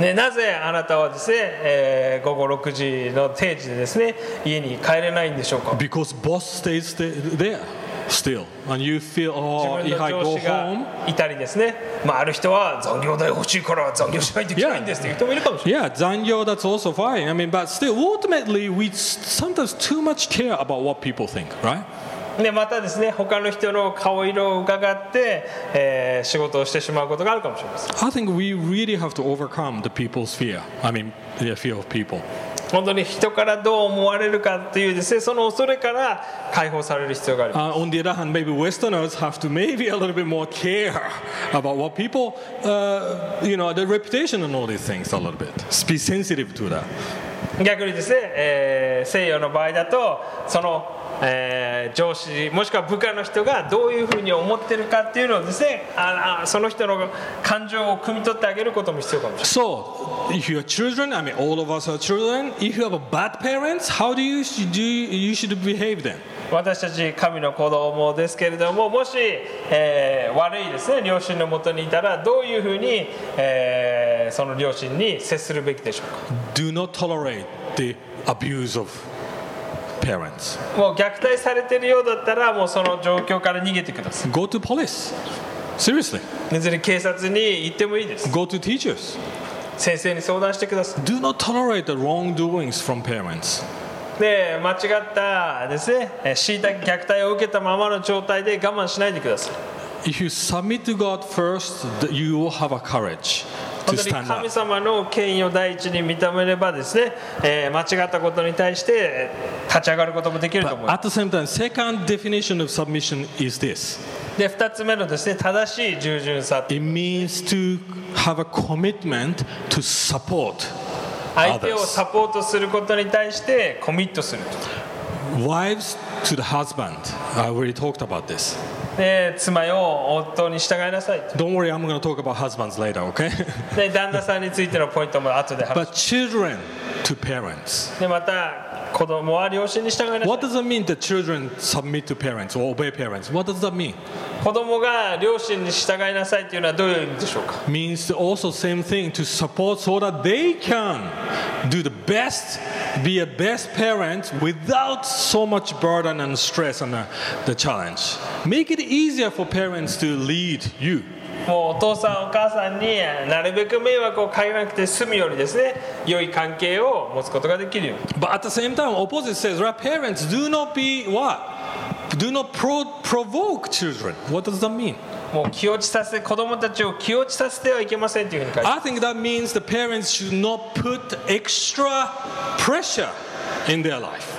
ね、なぜあなたはですね、えー午後6時の定時でですね家に帰れないんでしょうか
Because boss stays sta- there still, and you feel, oh,
自
if
分
I
の上
go
司が
home,
いたりですね、まあ、ある人は残業代欲しいから残業しないといけないんですっていう人もいるかもしれない
yeah, zanyo, that's also fine. I mean, but still, ultimately, we s- sometimes too much care about what people think, right?
でまたですね他の人の顔色を伺って、えー仕事をしてしまうことがあるかもしれません
I think we really have to overcome the people's fear. I mean, the fear of people.
本当に人からどう思われるかというですねその恐れから解放される必要があります
Uh, on the other hand, maybe Westerners have to maybe a little bit more care about what people, uh, you know, their reputation and all these things a little bit. Be sensitive to that.
逆にですね、えー西洋の場合だとその、えー上司もしくは部下の人がどういうふうに思ってるかっていうのをですねああその人の感情を汲み取ってあげることも必要かもしれない
So, if you are children, I mean, all of us are children. If you have a bad parents, how do you should do you should behave then?
私たち神の子供ですけれどももし、えー悪いですね両親のもとにいたらどういうふうに、えーその両親に接するべきでしょうか
Do not tolerate the abuse of parents.
もう虐待されてるようだったらもうその状況から逃げてくださ
Go to police. Seriously.
い別に警察に行ってもいいです
Go to teachers.
先生に相談してください
Do not tolerate the wrongdoings from parents.
で間違ったですねえー虐げ虐待を受けたままの状態で我慢しないでください
If you submit to God first, th- you will have a courage
本
to
当
stand
に神
up.
様の権威を第一に認めればですね、えー間違ったことに対してえー立ち上がることもできると思いま
At the same time, second definition of submission is this.
すで2つ目のですね正しい従順さ
It means to have a commitment to support
相手を
others.
サポートすることに対してコミットする
Wives to the husband. I already talked about this.
で妻を夫に従いなさい
Don't worry, I'm going to talk about husbands later, okay?
とで旦那さんについてのポイントも後で話
but children to parents.
すでまた子供は両親に従いなさい
What does it mean that children submit to parents or obey parents? What does that mean?
子供が両親に従いなさいというのはどういう意味でしょうか
Means also same thing to support so that they can do the best, be a best parent without so much burden and stress and uh, the challenge. Make it easier for parents to lead you.
もうお父さんお母さんになるべく迷惑をかけなくて済むようにですね良い関係を持つことができるように
But at the same time, opposite says, right, parents, do not be what? Do not pro- provoke children. What does that mean?
もう気落ちさせ子供たちを気落ちさせてはいけませんというふうに書いてある
I think that means the parents should not put extra pressure in their life.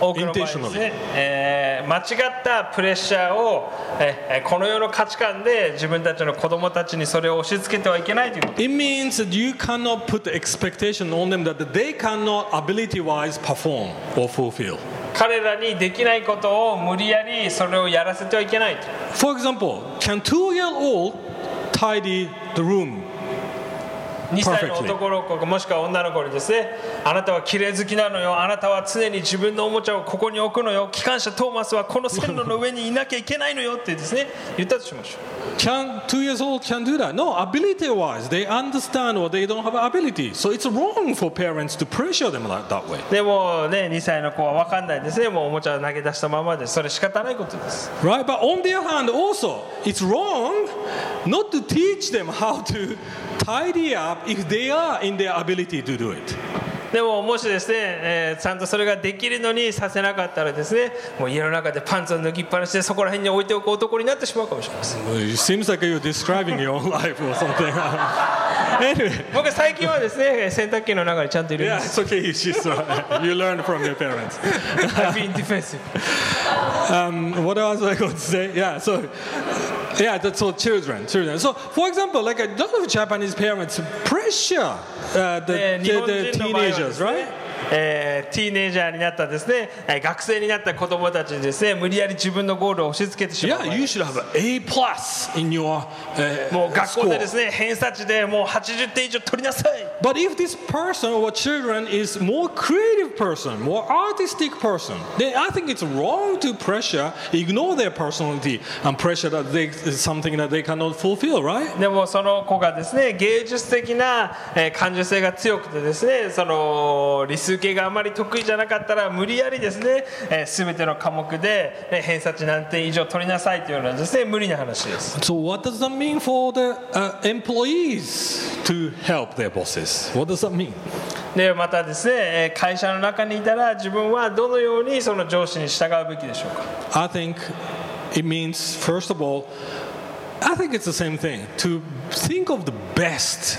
多くの場合ですね、えー間違ったプレッシャーを、えーこの世の価値観で自分たちの子供たちにそれを押し付けてはいけないということ
It means that you cannot put the expectation on them that they cannot ability-wise perform or fulfill.
彼らにできないことを無理やりそれをやらせてはいけないと
For example, can two-year-old tidy the room
2歳の男の子もしくは女の子にですねあなたは綺麗好きなのよあなたは常に自分のおもちゃをここに置くのよ機関車トーマスはこの線路の上にいなきゃいけないのよってですね言ったとしましょ
Can two years old can do that? No, ability wise, they understand or they don't have ability. So it's wrong for parents to pressure them like that way.
うでもね2歳の子は分かんないですねもうおもちゃを投げ出したままでそれ仕方ないことです
Right? But on the other hand, also, it's wrong not to teach them how to tidy up if they are in their ability to do it.
でももしですね、えーちゃんとそれができるのにさせなかったらですねもう家の中でパンツを脱ぎっぱなしでそこら辺に置いておく男になってしまうかもしれません
It seems like you're describing your own life or something. anyway,
僕最近はですね洗濯機の中にちゃんといるんで
yeah,
す
it's okay. She's right. You learn from your parents.
I've been defensive
Um, what else was I going to say? Yeah, so yeah, that's all children, children. So, for example, like a lot of Japanese parents pressure uh, the,
えー日
the,
本
the
人の場合はで
teenagers,
すね
right?
えーティーネイジャーになったですねえー学生になった子供たちにですね無理やり自分のゴールを押し付けてしまう
Yeah, you should have an A plus in your
もう
uh,
学校
score.
でですね偏差値でもう80点以上取りなさい
But if this person or children is more creative person, more artistic person, then I think it's wrong to pressure, ignore their personality and pressure that they is something that they cannot fulfill, right?
でもその子がですね芸術的な、えー感受性が強くてですねその理数系があまり得意じゃなかったら無理やりですね、えー全ての科目で、えー偏差値何点以上取りなさいというのはですね無理な話です
So what does that mean for the uh, employees to help their bosses? What does that mean?
でまたですねえー会社の中にいたら自分はどのようにその上司に従うべきでしょうか
I think it means first of all, I think it's the same thing to think of the best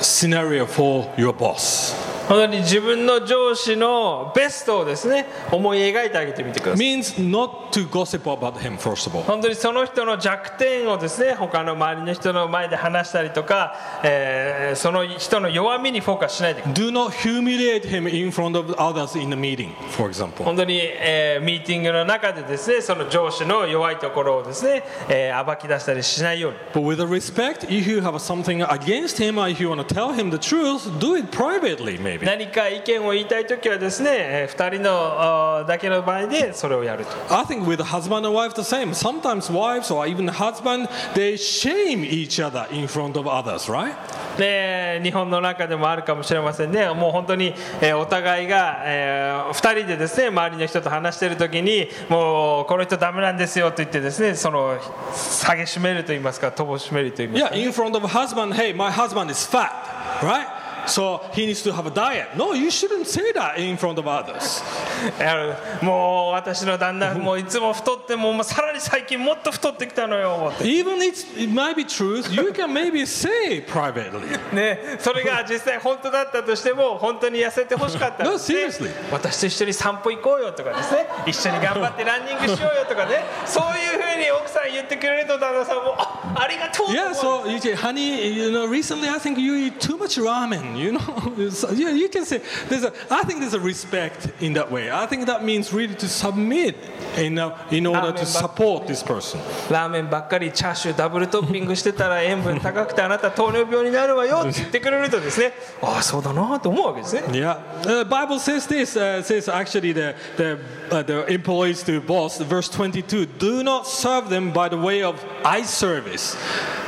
scenario for your boss.
本当に自分の上司のベストをですね思い描いてあげてみてください
Means not to gossip about him first of all.
本当にその人の弱点をですね他の周りの人の前で話したりとか、えーその人の弱みにフォーカスしないでください
Do not humiliate him in front of others in the meeting, for example.
本当に、えーミーティングの中でですねその上司の弱いところをですね、えー暴き出したりしないように
But with the respect, if you have something against him or if you want to tell him the truth, do it privately maybe.
何か意見を言いたい時はですね、え2人のあーだけの場合でそれをやると
I think with husband and wife the same. Sometimes wives or even husband they shame each other in front of others, right?
で日本の中でもあるかもしれませんね、もう本当に、えーお互いが、え2人でですね周りの人と話しているときに、もうこの人ダメなんですよと言って、ですねその下げしめると言いますか、とぼしめると言いますか、
Yeah, in front of husband, hey, my husband is fat, right? So he needs to have a diet. No, you shouldn't say that in front of others.
あのもう私の旦那もういつも太ってもうさらに最近もっと太ってきたのよ
Even it's, it might be truth, you can maybe say privately.
ね、それが実際本当だったとして も本当に痩せてほしかったら
No,
ですね
seriously.
私と一緒に散歩行こうよとかですね一緒に頑張ってランニングしようよとかねそういうふうに奥さん言ってくれると旦那さんもあありがとうと思うん
Yeah,
です
so you say, honey, you know, recently I think you eat too much ramen. You know, so, yeah, you can say there's a. I think there's a respect in that way. I think that means really to submit in uh, in order
Ramen
to
bak-
support this person.
ラーメンばっかりチャーシューダブルトッピングしてたら塩分高くてあなた糖尿病になるわよって言ってくれるとですねああそうだなと思うわけですね
Yeah, the Bible says this. Uh, says actually the the uh, the employees to boss, verse 22. Do not serve them by the way of eye service.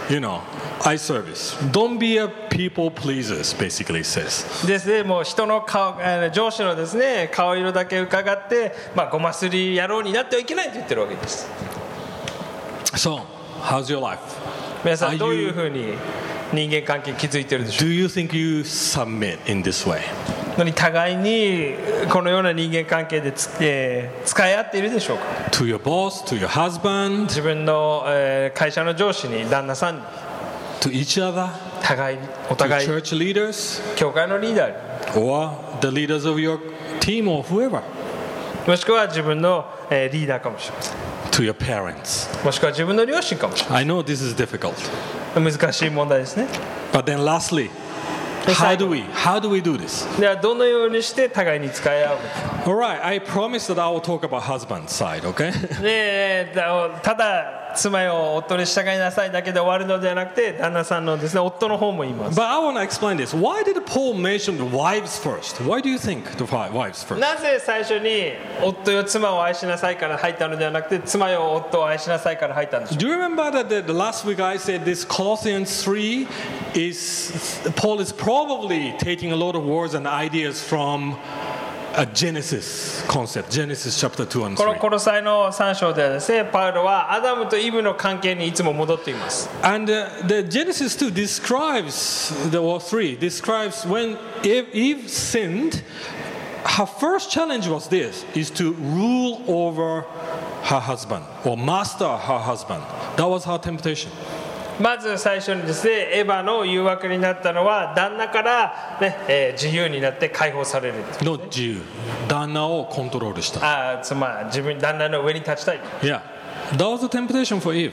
You know, eye service. Don't be a people pleasers. Basically, it says.
ですねもう人の顔あの上司のですね顔色だけ伺って、まあ、ごますり野郎になってはいけないと言ってるわけです
So, how's your life?
皆さ
Are
ん
you-
どういうふうに人間関係築いてるでしょ
Do you think you submit in this way?
う本当に互いにこのような人間関係でつ、えー使い合っているでしょうか
To your boss, to your husband,
自分の、えー会社の上司に旦那さんに
to each other,
互いにお
to
互い
church leaders,
教会のリーダー
or the leaders of your team or whoever,
にもしくは自分の、えーリーダーかもしれません
to your parents.
もしくは自分の両親かもしれ
I know this is difficult.
ません難しい問題ですね
But then lastly, how do we how do we do this?
ではどのようにして互いに使い合うか
All right, I promise that I will talk about husband side, okay?
でだただ妻を夫に従いなさいだけで終わるのではなくて旦那さんのですね夫の方も言います
But I want to explain this. Why did Paul mention the wives first? Why do you think the wi- wives first?
なぜ最初に夫よ妻を愛しなさいから入ったのではなくて妻よ夫を愛しなさいから入ったんでしょ
Do you remember that the, the last week I said this Colossians 3 is Paul is probably taking a lot of words and ideas from a Genesis concept, Genesis chapter 2 and
うこの
3.
コロサイの3章ではですねパウロはアダムとイブの関係にいつも戻っています
And uh, the Genesis 2 describes, the or 3 describes when Eve, Eve sinned, her first challenge was this is to rule over her husband or master her husband. That was her temptation.
まず最初にですねエヴァの誘惑になったのは旦那から、ねえー自由になって解放される
No, 自由。旦那をコントロールした。
ああ妻自分旦那の上に立ちたい
Yeah, that was the temptation for Eve.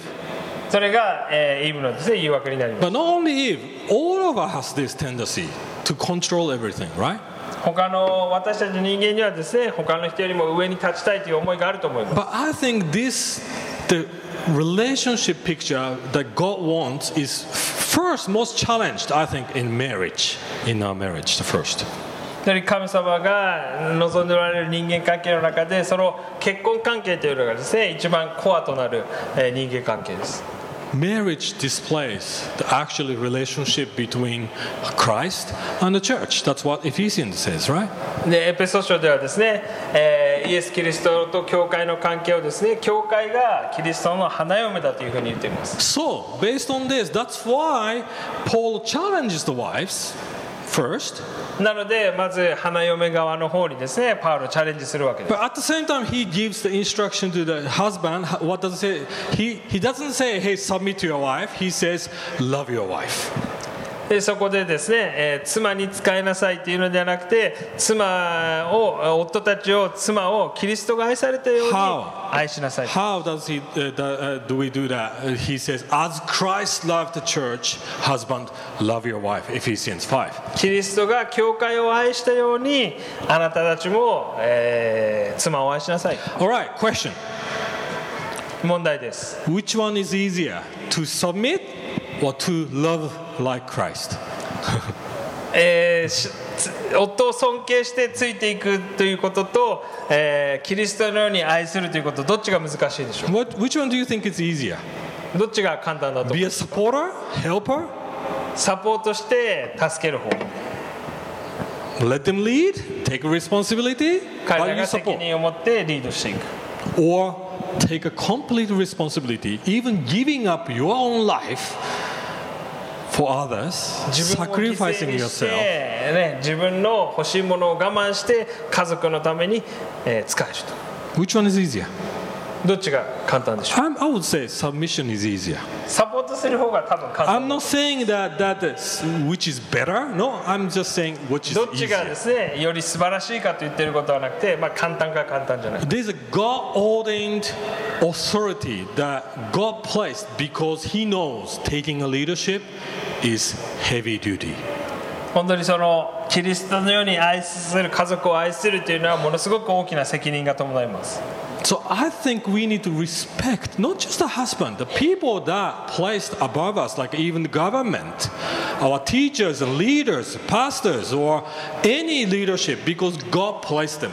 それが、えーイブのですね誘惑になります
But not only Eve, all of us has this tendency to control everything, right?
他の私たち人間にはですね他の人よりも上に立ちたいという思いがあると思います
But I think this, the relationship picture that God wants is first most challenged, I think, in marriage, in our marriage, the first.
それ神様が望んでおられる人間関係の中でその結婚関係というのがですね一番コアとなるえー人間関係です
Marriage displays the actual relationship between Christ and the church. That's what Ephesians says, right?
でエペソ書ではですね、えーイエス・キリストと教会の関係をですね教会がキリストの花嫁だというふうに言っています
So, based on this, that's why Paul challenges the wives first
なのでまず花嫁側の方にですねパウロチャレンジするわけです
But at the same time, he gives the instruction to the husband. H- What does it say? He, he doesn't say, hey, submit to your wife. He says, love your wife.
でそこでですね、えー妻に使いなさいというのではなくて妻をえー夫たちを妻をキリストが愛されたように
How?
愛しなさい
How does he, uh, do, uh, do we do that? Uh, He says, as Christ loved the church, husband, love your wife. Ephesians 5.
キリストが教会を愛したようにあなたたちも、えー妻を愛しなさい
All right, question.
問題です
Which one is easier, to submit or to love like Christ?
えーしつ夫を尊敬してついていくということと、えーキリストのように愛するということどっちが難しいでしょ
What, which one do you think is easier?
うどっちが簡単だと
Be a supporter, helper,
サポートして助ける方
let them lead, take responsibility,
彼ら
but
が
you
責
support.
任を持ってリードしていく
or take a complete responsibility, even giving up your own life for others,
自分を犠牲
sacrificing
にして、
yourself.
ね、自分の欲しいものを我慢して家族のために、えー使える
Which one is easier?
とどっちが簡単でしょ
I'm, I would say submission is easier.
うサポートする方が多分簡
I'm
単
not saying that that is, which is better. No, I'm just saying which is
どっちが
easier.
ですねより素晴らしいかと言ってることはなくて、まあ、簡単か簡単じゃない
There's a God ordained authority that God placed because He knows taking a leadership is heavy duty.
本当にそのキリストのように愛する家族を愛するというのはものすごく大きな責任が伴います
So I think we need to respect not just the husband, the people that placed above us, like even the government, our teachers and leaders, pastors, or any leadership, because God placed them.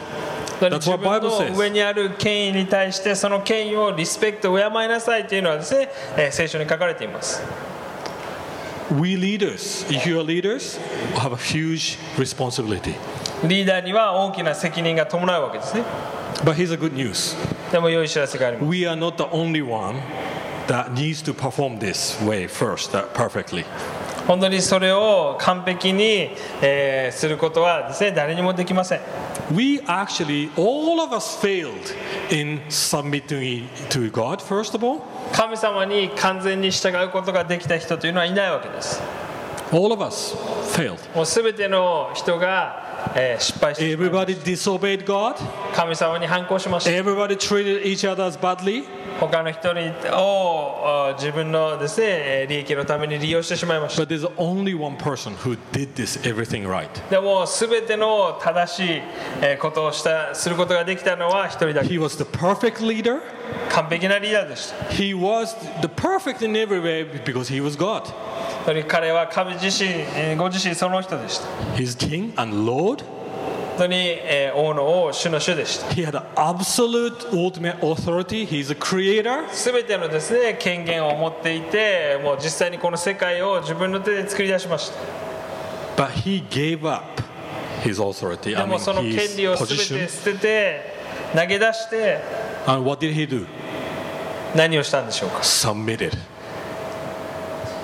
自
That's
分
what Bible
の
says.
上にある権威に対してその権威をリスペクト敬いなさいというのはですね、えー聖書に書かれています
We leaders, if you are leaders, have a huge responsibility.
リーダーには大きな責任が伴うわけですね
But here's the good news.
でも良い知らせがあります
We are not the only one that needs to perform this way first, that perfectly.
本当にそれを完璧に、えーすることはですね誰にもできません
We actually, all of us failed in submitting to God, first of all.
神様に完全に従うことができた人というのはいないわけです
All of us failed.
もう全ての人が、えー失敗してしまい
Everybody disobeyed God.
神様に反抗しました
Everybody treated each other as badly.
他の人にをあ自分のですねえー利益のために利用してしまいました
But there's only one person who did this everything right.
でも全ての正しいえーことをしたすることができたのは一人だけ
He was the perfect leader.
完璧なリーダーでした
He was the perfect in every way because he was God.
それに彼は神自身えーご自身その人でした
He's king and lord.
本当に、えー王の王主の主でした
He had an absolute ultimate authority. He's a creator.
全てのですね権限を持っていてもう実際にこの世界を自分の手で作り出しました
But he gave up his authority.
で
I
もその
mean,
権
his
利を全て
position.
捨てて投げ出して
And what did he do?
何をしたんでしょうか
Submitted.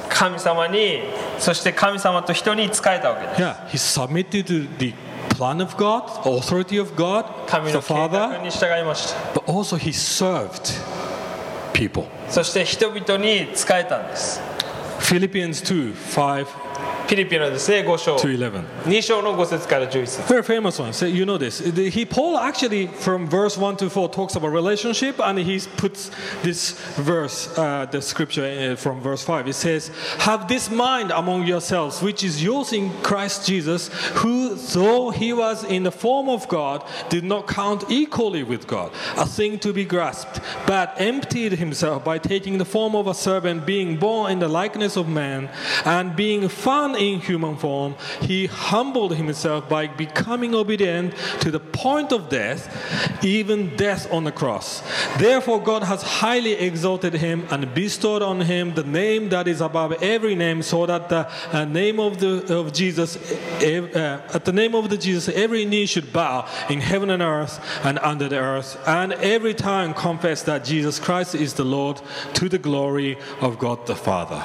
神様にそして神様と人に仕えたわけです
Yeah, he submitted to the plan of God, authority of God,
神
the
の計画
Father,
に従いました
but also he served people.
そして人々に仕えたんです
Philippians 2 5
ピリピのですね5章
to 11.
2章の5節から11節
Very famous one. So you know this. The- He Paul actually from verse one to four talks about relationship, and he puts this verse, uh, the scripture uh, from verse five. It says, "Have this mind among yourselves, which is yours in Christ Jesus, who, though he was in the form of God, did not count equally with God a thing to be grasped, but emptied himself by taking the form of a servant, being born in the likeness of man, and being found in human form, he humbled himself by becoming obedient to the point of death, even death on the cross. Therefore, God has highly exalted him and bestowed on him the name that is above every name, so that the uh, name of the of Jesus, ev- uh, at the name of the Jesus, every knee should bow in heaven and earth and under the earth, and every tongue confess that Jesus Christ is the Lord, to the glory of God the Father.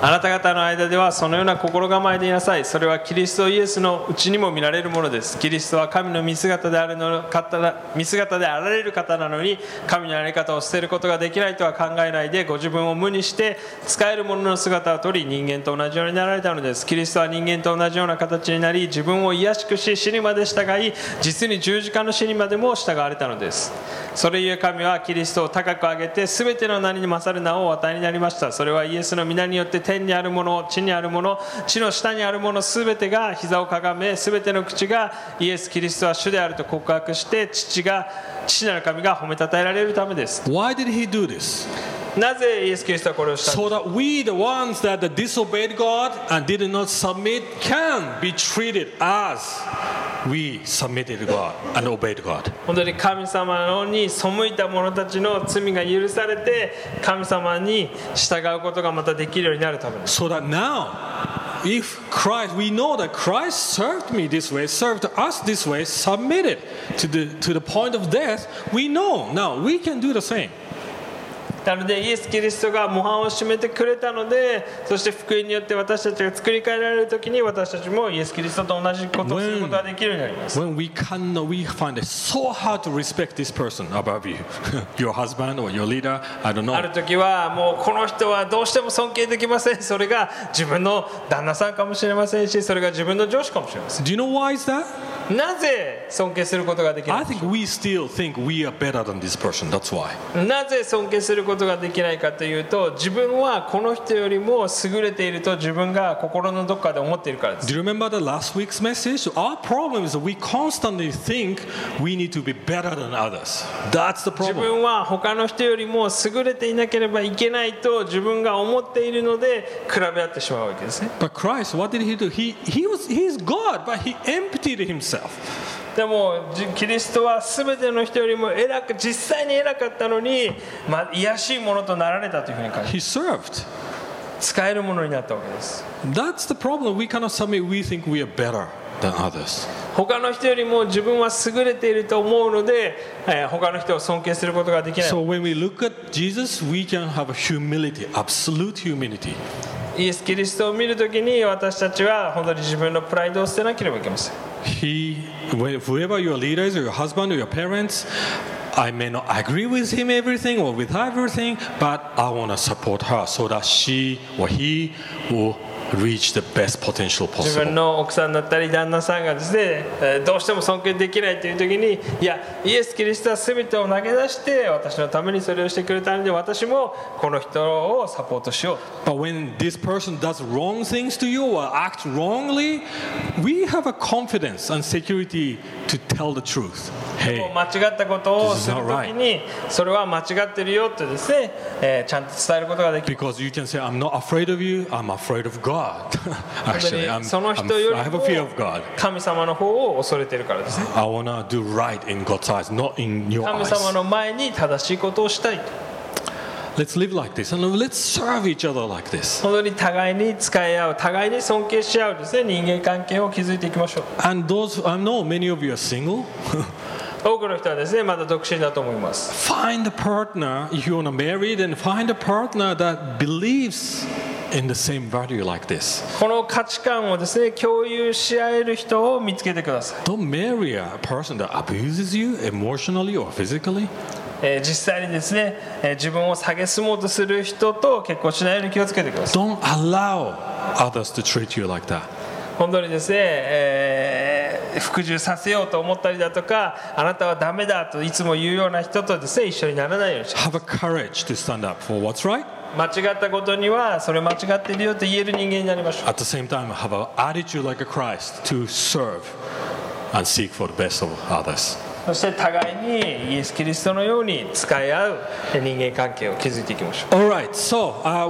あなた方の間ではそのような心構えでいなさいそれはキリストイエスのうちにも見られるものですキリストは神の見姿であるの方な見姿であられる方なのに神のあり方を捨てることができないとは考えないでご自分を無にして使えるものの姿をとり人間と同じようになられたのですキリストは人間と同じような形になり自分を卑しくし死にまで従い実に十字架の死にまでも従われたのですそれゆえ神はキリストを高く上げて全ての名に勝る名をお与えになりましたそれはイエスの皆によって天にあるもの地にあるもの地の下にあるもの全てが膝をかがめ全ての口がイエス・キリストは主であると告白して父が父なる神が褒めたたえられるためです
Why did he do this?
なぜイエス・キリストはこれをしたの
So that we, the ones that disobeyed God and did not submit, can be treated as we submitted to God and obeyed God.
本当に神様に背いた者たちの罪が許されて神様に従うことがまたできるようになるためです
So that now, if Christ, we know that Christ served me this way, served us this way, submitted to the, to the point of death, we know now we can do the same.
だなのでイエス・キリストが模範を示めてくれたのでそして福音によって私たちが作り変えられる時に私たちもイエス・キリストと同じことをすることができるようになります
When we cannot, we find it so hard to respect this person above you, your husband or your leader. I don't
ある
know.
時はもうこの人はどうしても尊敬できませんそれが自分の旦那さんかもしれませんしそれが自分の上司かもしれませ
Do you know why is that?
んなぜ尊敬することができな
I
い
think we still think we are better than this person. That's why.
なぜ尊敬することができないかというと自分はこの人よりも優れていると自分が心のどこかで思っているからです
Do you remember the last week's message? Our problem is that we constantly think we need to be better than others. That's the
自
problem.
分は他の人よりも優れていなければいけないと自分が思っているので比べ合ってしまうわけですね
But Christ, what did he do? He, he was he's God, but he emptied himself.
でもじキリストは全ての人よりも偉く実際に偉かったのに、まあ、卑しいものとなられたというふうに感じ
He served.
使えるものになったわけです
That's the problem. We cannot submit. We think we are better than others.
他の人よりも自分は優れていると思うので、えー他の人を尊敬することができない
So when we look at Jesus, we can have humility, absolute humility.
イエス・キリストを見るときに私たちは本当に自分のプライドを捨てなければいけません
He, wh- whoever your leader is, or your husband, or your parents, I may not agree with him everything or with her everything, but I want to support her so that she or he will reach the best potential
自
possible.
分の奥さんだったり旦那さんがですねえーどうしても尊敬できないという時にいやイエス・キリストは全てを投げ出して私のためにそれをしてくれたので私もこの人をサポートしよ
But when this person does wrong things to you or acts wrongly, we have a confidence and security to tell the truth.
うもう
Hey,
間違ったことを
This is
する
not
時にそれは間違ってるよってですねえーちゃんと伝えることができる
because you can say, I'm not afraid of you, I'm afraid of God.
本当
Actually,
に
I'm,
その
I'm,
人よ
I
り
have
も
a fear of God.
神様の方を恐れてるからですね
I want to do right in God's eyes, not in your
神
eyes.
様の前に正しいことをしたいと
Let's live like this and let's serve each other like this.
本当に互いに使い合う互いに尊敬し合うですね人間関係を築いていきましょう
And those, I know many of you are single.
多くの人はですねまだ独身だと思います
find a partner, if you want to marry, then find a partner that believes in the same value like this.
この価値観をですね共有し合える人を見つけてください、
Don't marry a person that abuses you emotionally or physically.
えー実際にですね、えー自分を蔑もうとする人と結婚しないように気をつけてください
Don't allow others to treat you like that.
本当にですね、えー服従させようと思ったりだとかあなたはダメだといつも言うような人とですね一緒にならないようにし
Have a courage to stand up for what's right.
間違ったことにはそれ間違ってるよと言える人間になりましょう
At the same time, have an attitude like a Christ to serve and seek for the best of others.
そして互いにイエス・キリストのように使い合う人間関係を築いていきましょう。
All right, so. Uh,